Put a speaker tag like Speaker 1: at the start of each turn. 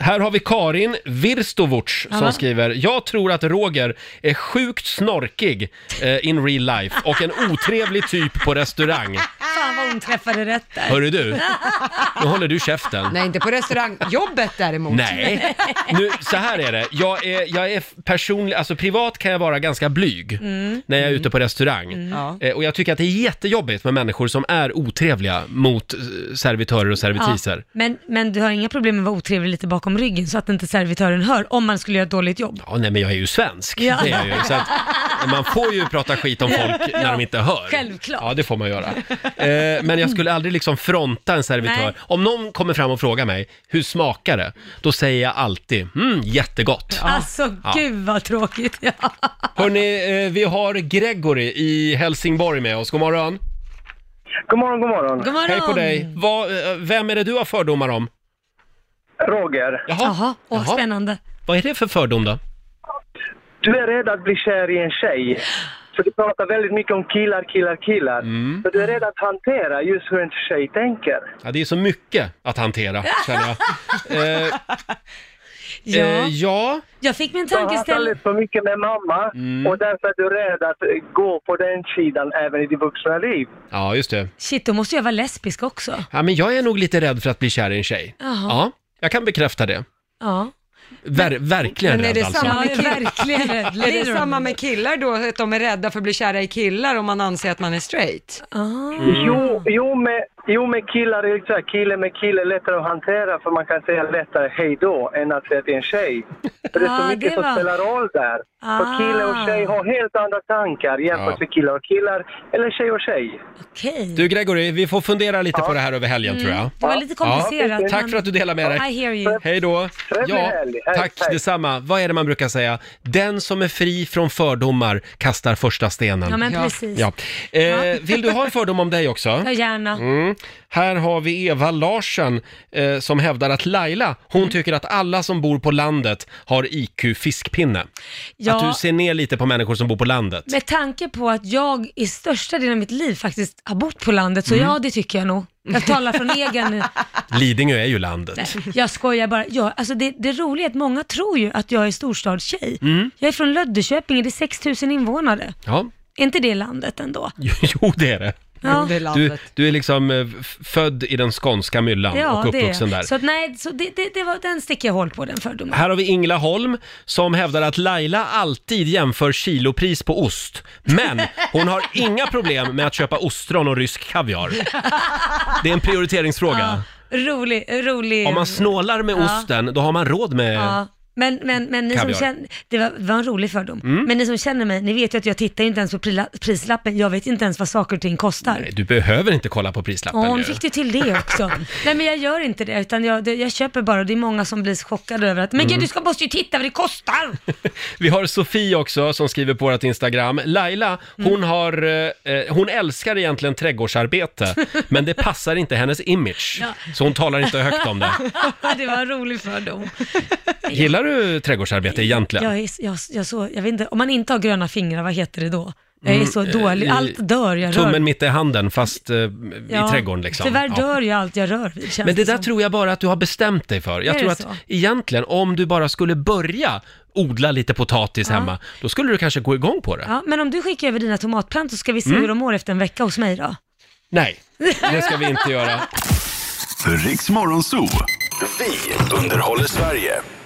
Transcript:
Speaker 1: Här har vi Karin Virstovuc som
Speaker 2: Ja.
Speaker 1: skriver “Jag tror att Roger är sjukt snorkig eh, in real life och en otrevlig typ på restaurang.
Speaker 3: Fan vad hon träffade rätt där.
Speaker 1: Hörru du, nu håller du käften.
Speaker 3: Nej, inte på restaurangjobbet däremot.
Speaker 1: Nej, nu, så här är det. Jag är, jag är personlig, alltså privat kan jag vara ganska blyg
Speaker 3: Mm.
Speaker 1: när jag är ute på restaurang.
Speaker 3: Ja.
Speaker 1: Eh, Och jag tycker att det är jättejobbigt med människor som är otrevliga mot eh, servitörer och servitriser.
Speaker 2: Ja, men, men du har inga problem med att vara otrevlig lite bakom ryggen så att inte servitören hör om man skulle göra ett dåligt jobb?
Speaker 1: Ja, nej men jag är ju svensk,
Speaker 2: Ja.
Speaker 1: det är jag ju. Så att man får ju prata skit om folk när de inte hör.
Speaker 2: Självklart.
Speaker 1: Ja, det får man göra. Eh, men jag skulle aldrig liksom fronta en servitör.
Speaker 2: Nej.
Speaker 1: Om någon kommer fram och frågar mig, hur smakar det? Då säger jag alltid, mm, jättegott.
Speaker 2: Alltså
Speaker 1: Ja.
Speaker 2: gud vad tråkigt. Ja.
Speaker 1: Hörni, eh, vi har Gregory i Helsingborg med oss. God morgon.
Speaker 4: God morgon, god morgon.
Speaker 2: God morgon.
Speaker 1: Hej på dig. Vad, eh, vem är det du har fördomar om?
Speaker 4: Roger,
Speaker 1: Jaha,
Speaker 2: Jaha, åh,
Speaker 1: Jaha.
Speaker 2: spännande.
Speaker 1: vad är det för fördom då?
Speaker 4: du är rädd att bli kär i en tjej. Så du pratar väldigt mycket om killar, killar, killar. Så du är rädd att hantera just hur en tjej tänker.
Speaker 1: Ja, det är så mycket att hantera, känner jag. Eh,
Speaker 2: Ja.
Speaker 1: eh, ja.
Speaker 2: Jag fick mig en
Speaker 4: Du har pratat
Speaker 2: tankeställare.
Speaker 4: lite för mycket med mamma och därför är du rädd att eh, gå på den sidan även i ditt vuxna liv.
Speaker 1: ja, just det.
Speaker 2: Shit, då måste jag vara lesbisk också.
Speaker 1: Ja, men jag är nog lite rädd för att bli kär i en tjej.
Speaker 2: Jaha.
Speaker 1: Ja, jag kan bekräfta det.
Speaker 2: Ja.
Speaker 1: Ver- verkligen
Speaker 3: Men är
Speaker 1: rädd
Speaker 3: det
Speaker 1: alltså.
Speaker 3: samma-
Speaker 2: Ja, jag är verkligen rädd.
Speaker 3: Är det
Speaker 2: Little.
Speaker 3: samma med killar då, att de är rädda för att bli kära i killar om man anser att man är straight?
Speaker 2: Ah.
Speaker 4: Jo, jo, med, jo, med killar är det så här, kille med kille är lättare att hantera för man kan säga lättare hej då än att säga till en tjej. För det är så
Speaker 2: Ah,
Speaker 4: mycket
Speaker 2: det
Speaker 4: som
Speaker 2: var-
Speaker 4: spelar roll där.
Speaker 2: Ah.
Speaker 4: För kille och tjej har helt andra tankar jämfört
Speaker 1: Ja.
Speaker 4: med killar och killar eller tjej och tjej.
Speaker 2: Okej.
Speaker 1: Du Gregory, vi får fundera lite på det här över helgen tror jag.
Speaker 2: Det var lite komplicerat.
Speaker 4: Ja,
Speaker 1: Tack för att du delade med dig.
Speaker 2: Mm. I hear you.
Speaker 1: Hej då!
Speaker 4: Trevlig helg. Hej,
Speaker 1: tack
Speaker 4: hej.
Speaker 1: detsamma. Vad är det man brukar säga? Den som är fri från fördomar kastar första stenen.
Speaker 2: Ja, men
Speaker 3: Ja.
Speaker 2: precis.
Speaker 1: Ja. Eh, vill du ha en fördom om dig också?
Speaker 2: Ja, gärna.
Speaker 1: Mm. Här har vi Eva Larsen eh, som hävdar att Laila, hon
Speaker 2: Mm.
Speaker 1: tycker att alla som bor på landet har IQ fiskpinne. Att du
Speaker 2: Ja,
Speaker 1: ser ner lite på människor som bor på landet.
Speaker 2: med tanke på att jag i största delen av mitt liv faktiskt har bott på landet, så
Speaker 1: Mm.
Speaker 2: ja, det tycker jag nog. Jag talar från egen...
Speaker 1: Lidingö är ju landet.
Speaker 2: Jag skojar bara. Ja, alltså det, det roliga är att många tror ju att jag är storstadstjej.
Speaker 1: Mm.
Speaker 2: Jag är från Löddeköpinge, det är 6000 invånare.
Speaker 1: Ja,
Speaker 2: Är inte det landet ändå?
Speaker 1: jo det är det.
Speaker 3: Ja.
Speaker 2: Ja,
Speaker 3: Det är
Speaker 1: Du,
Speaker 3: landet.
Speaker 1: du är liksom eh, f- född i den skånska myllan och
Speaker 2: det är
Speaker 1: uppvuxen där.
Speaker 2: jag. Så att, nej, så det, det, det var, den sticker jag hål på, den fördomen.
Speaker 1: Här har vi Ingla Holm som hävdar att Laila alltid jämför kilopris på ost. Men hon har inga problem med att köpa ostron och rysk kaviar. Det är en prioriteringsfråga.
Speaker 2: Ja, rolig, rolig.
Speaker 1: Om man snålar med
Speaker 2: Ja.
Speaker 1: osten, då har man råd med...
Speaker 2: Ja. Men, men, men ni som
Speaker 1: Kaviar. Mm.
Speaker 2: känner, det var, var en rolig fördom. Men ni som känner mig, ni vet ju att jag tittar ju inte ens på prila- prislappen. Jag vet inte ens vad saker och ting kostar.
Speaker 1: Nej, du behöver inte kolla på prislappen
Speaker 2: Åh,
Speaker 1: ju.
Speaker 2: nu fick du till det också. Nej men jag gör inte det, utan jag, det, jag köper bara och det är många som blir chockade över att, men
Speaker 1: Mm.
Speaker 2: gud du ska, måste ju titta vad det kostar!
Speaker 1: Vi har Sofie också som skriver på vårt Instagram. Laila,
Speaker 2: Mm.
Speaker 1: hon, har, eh, eh, hon älskar egentligen trädgårdsarbete, men det passar inte hennes image. Så hon talar inte högt om det.
Speaker 2: det var en rolig fördom.
Speaker 1: Gillar du trädgårdsarbete egentligen?
Speaker 2: Jag, är, jag, jag, så, jag vet inte, om man inte har gröna fingrar, vad heter det då? Jag är så dålig,
Speaker 1: Mm, eh, i-
Speaker 2: allt dör jag rör.
Speaker 1: Tummen mitt i handen fast eh, i
Speaker 2: Ja,
Speaker 1: trädgården liksom.
Speaker 2: Tyvärr
Speaker 1: Ja.
Speaker 2: dör ju allt jag rör vid, känns
Speaker 1: Men det där
Speaker 2: som.
Speaker 1: tror jag bara att du har bestämt dig för. Jag
Speaker 2: Är
Speaker 1: tror
Speaker 2: det
Speaker 1: att
Speaker 2: så?
Speaker 1: egentligen om du bara skulle börja odla lite potatis hemma, då skulle du kanske gå igång på det.
Speaker 2: Ja, men om du skickar över dina tomatplantor så ska vi se
Speaker 1: Mm.
Speaker 2: hur de mår efter en vecka hos mig då.
Speaker 1: Nej, det ska vi inte göra.
Speaker 5: Riks Morgonzoo. Vi underhåller Sverige.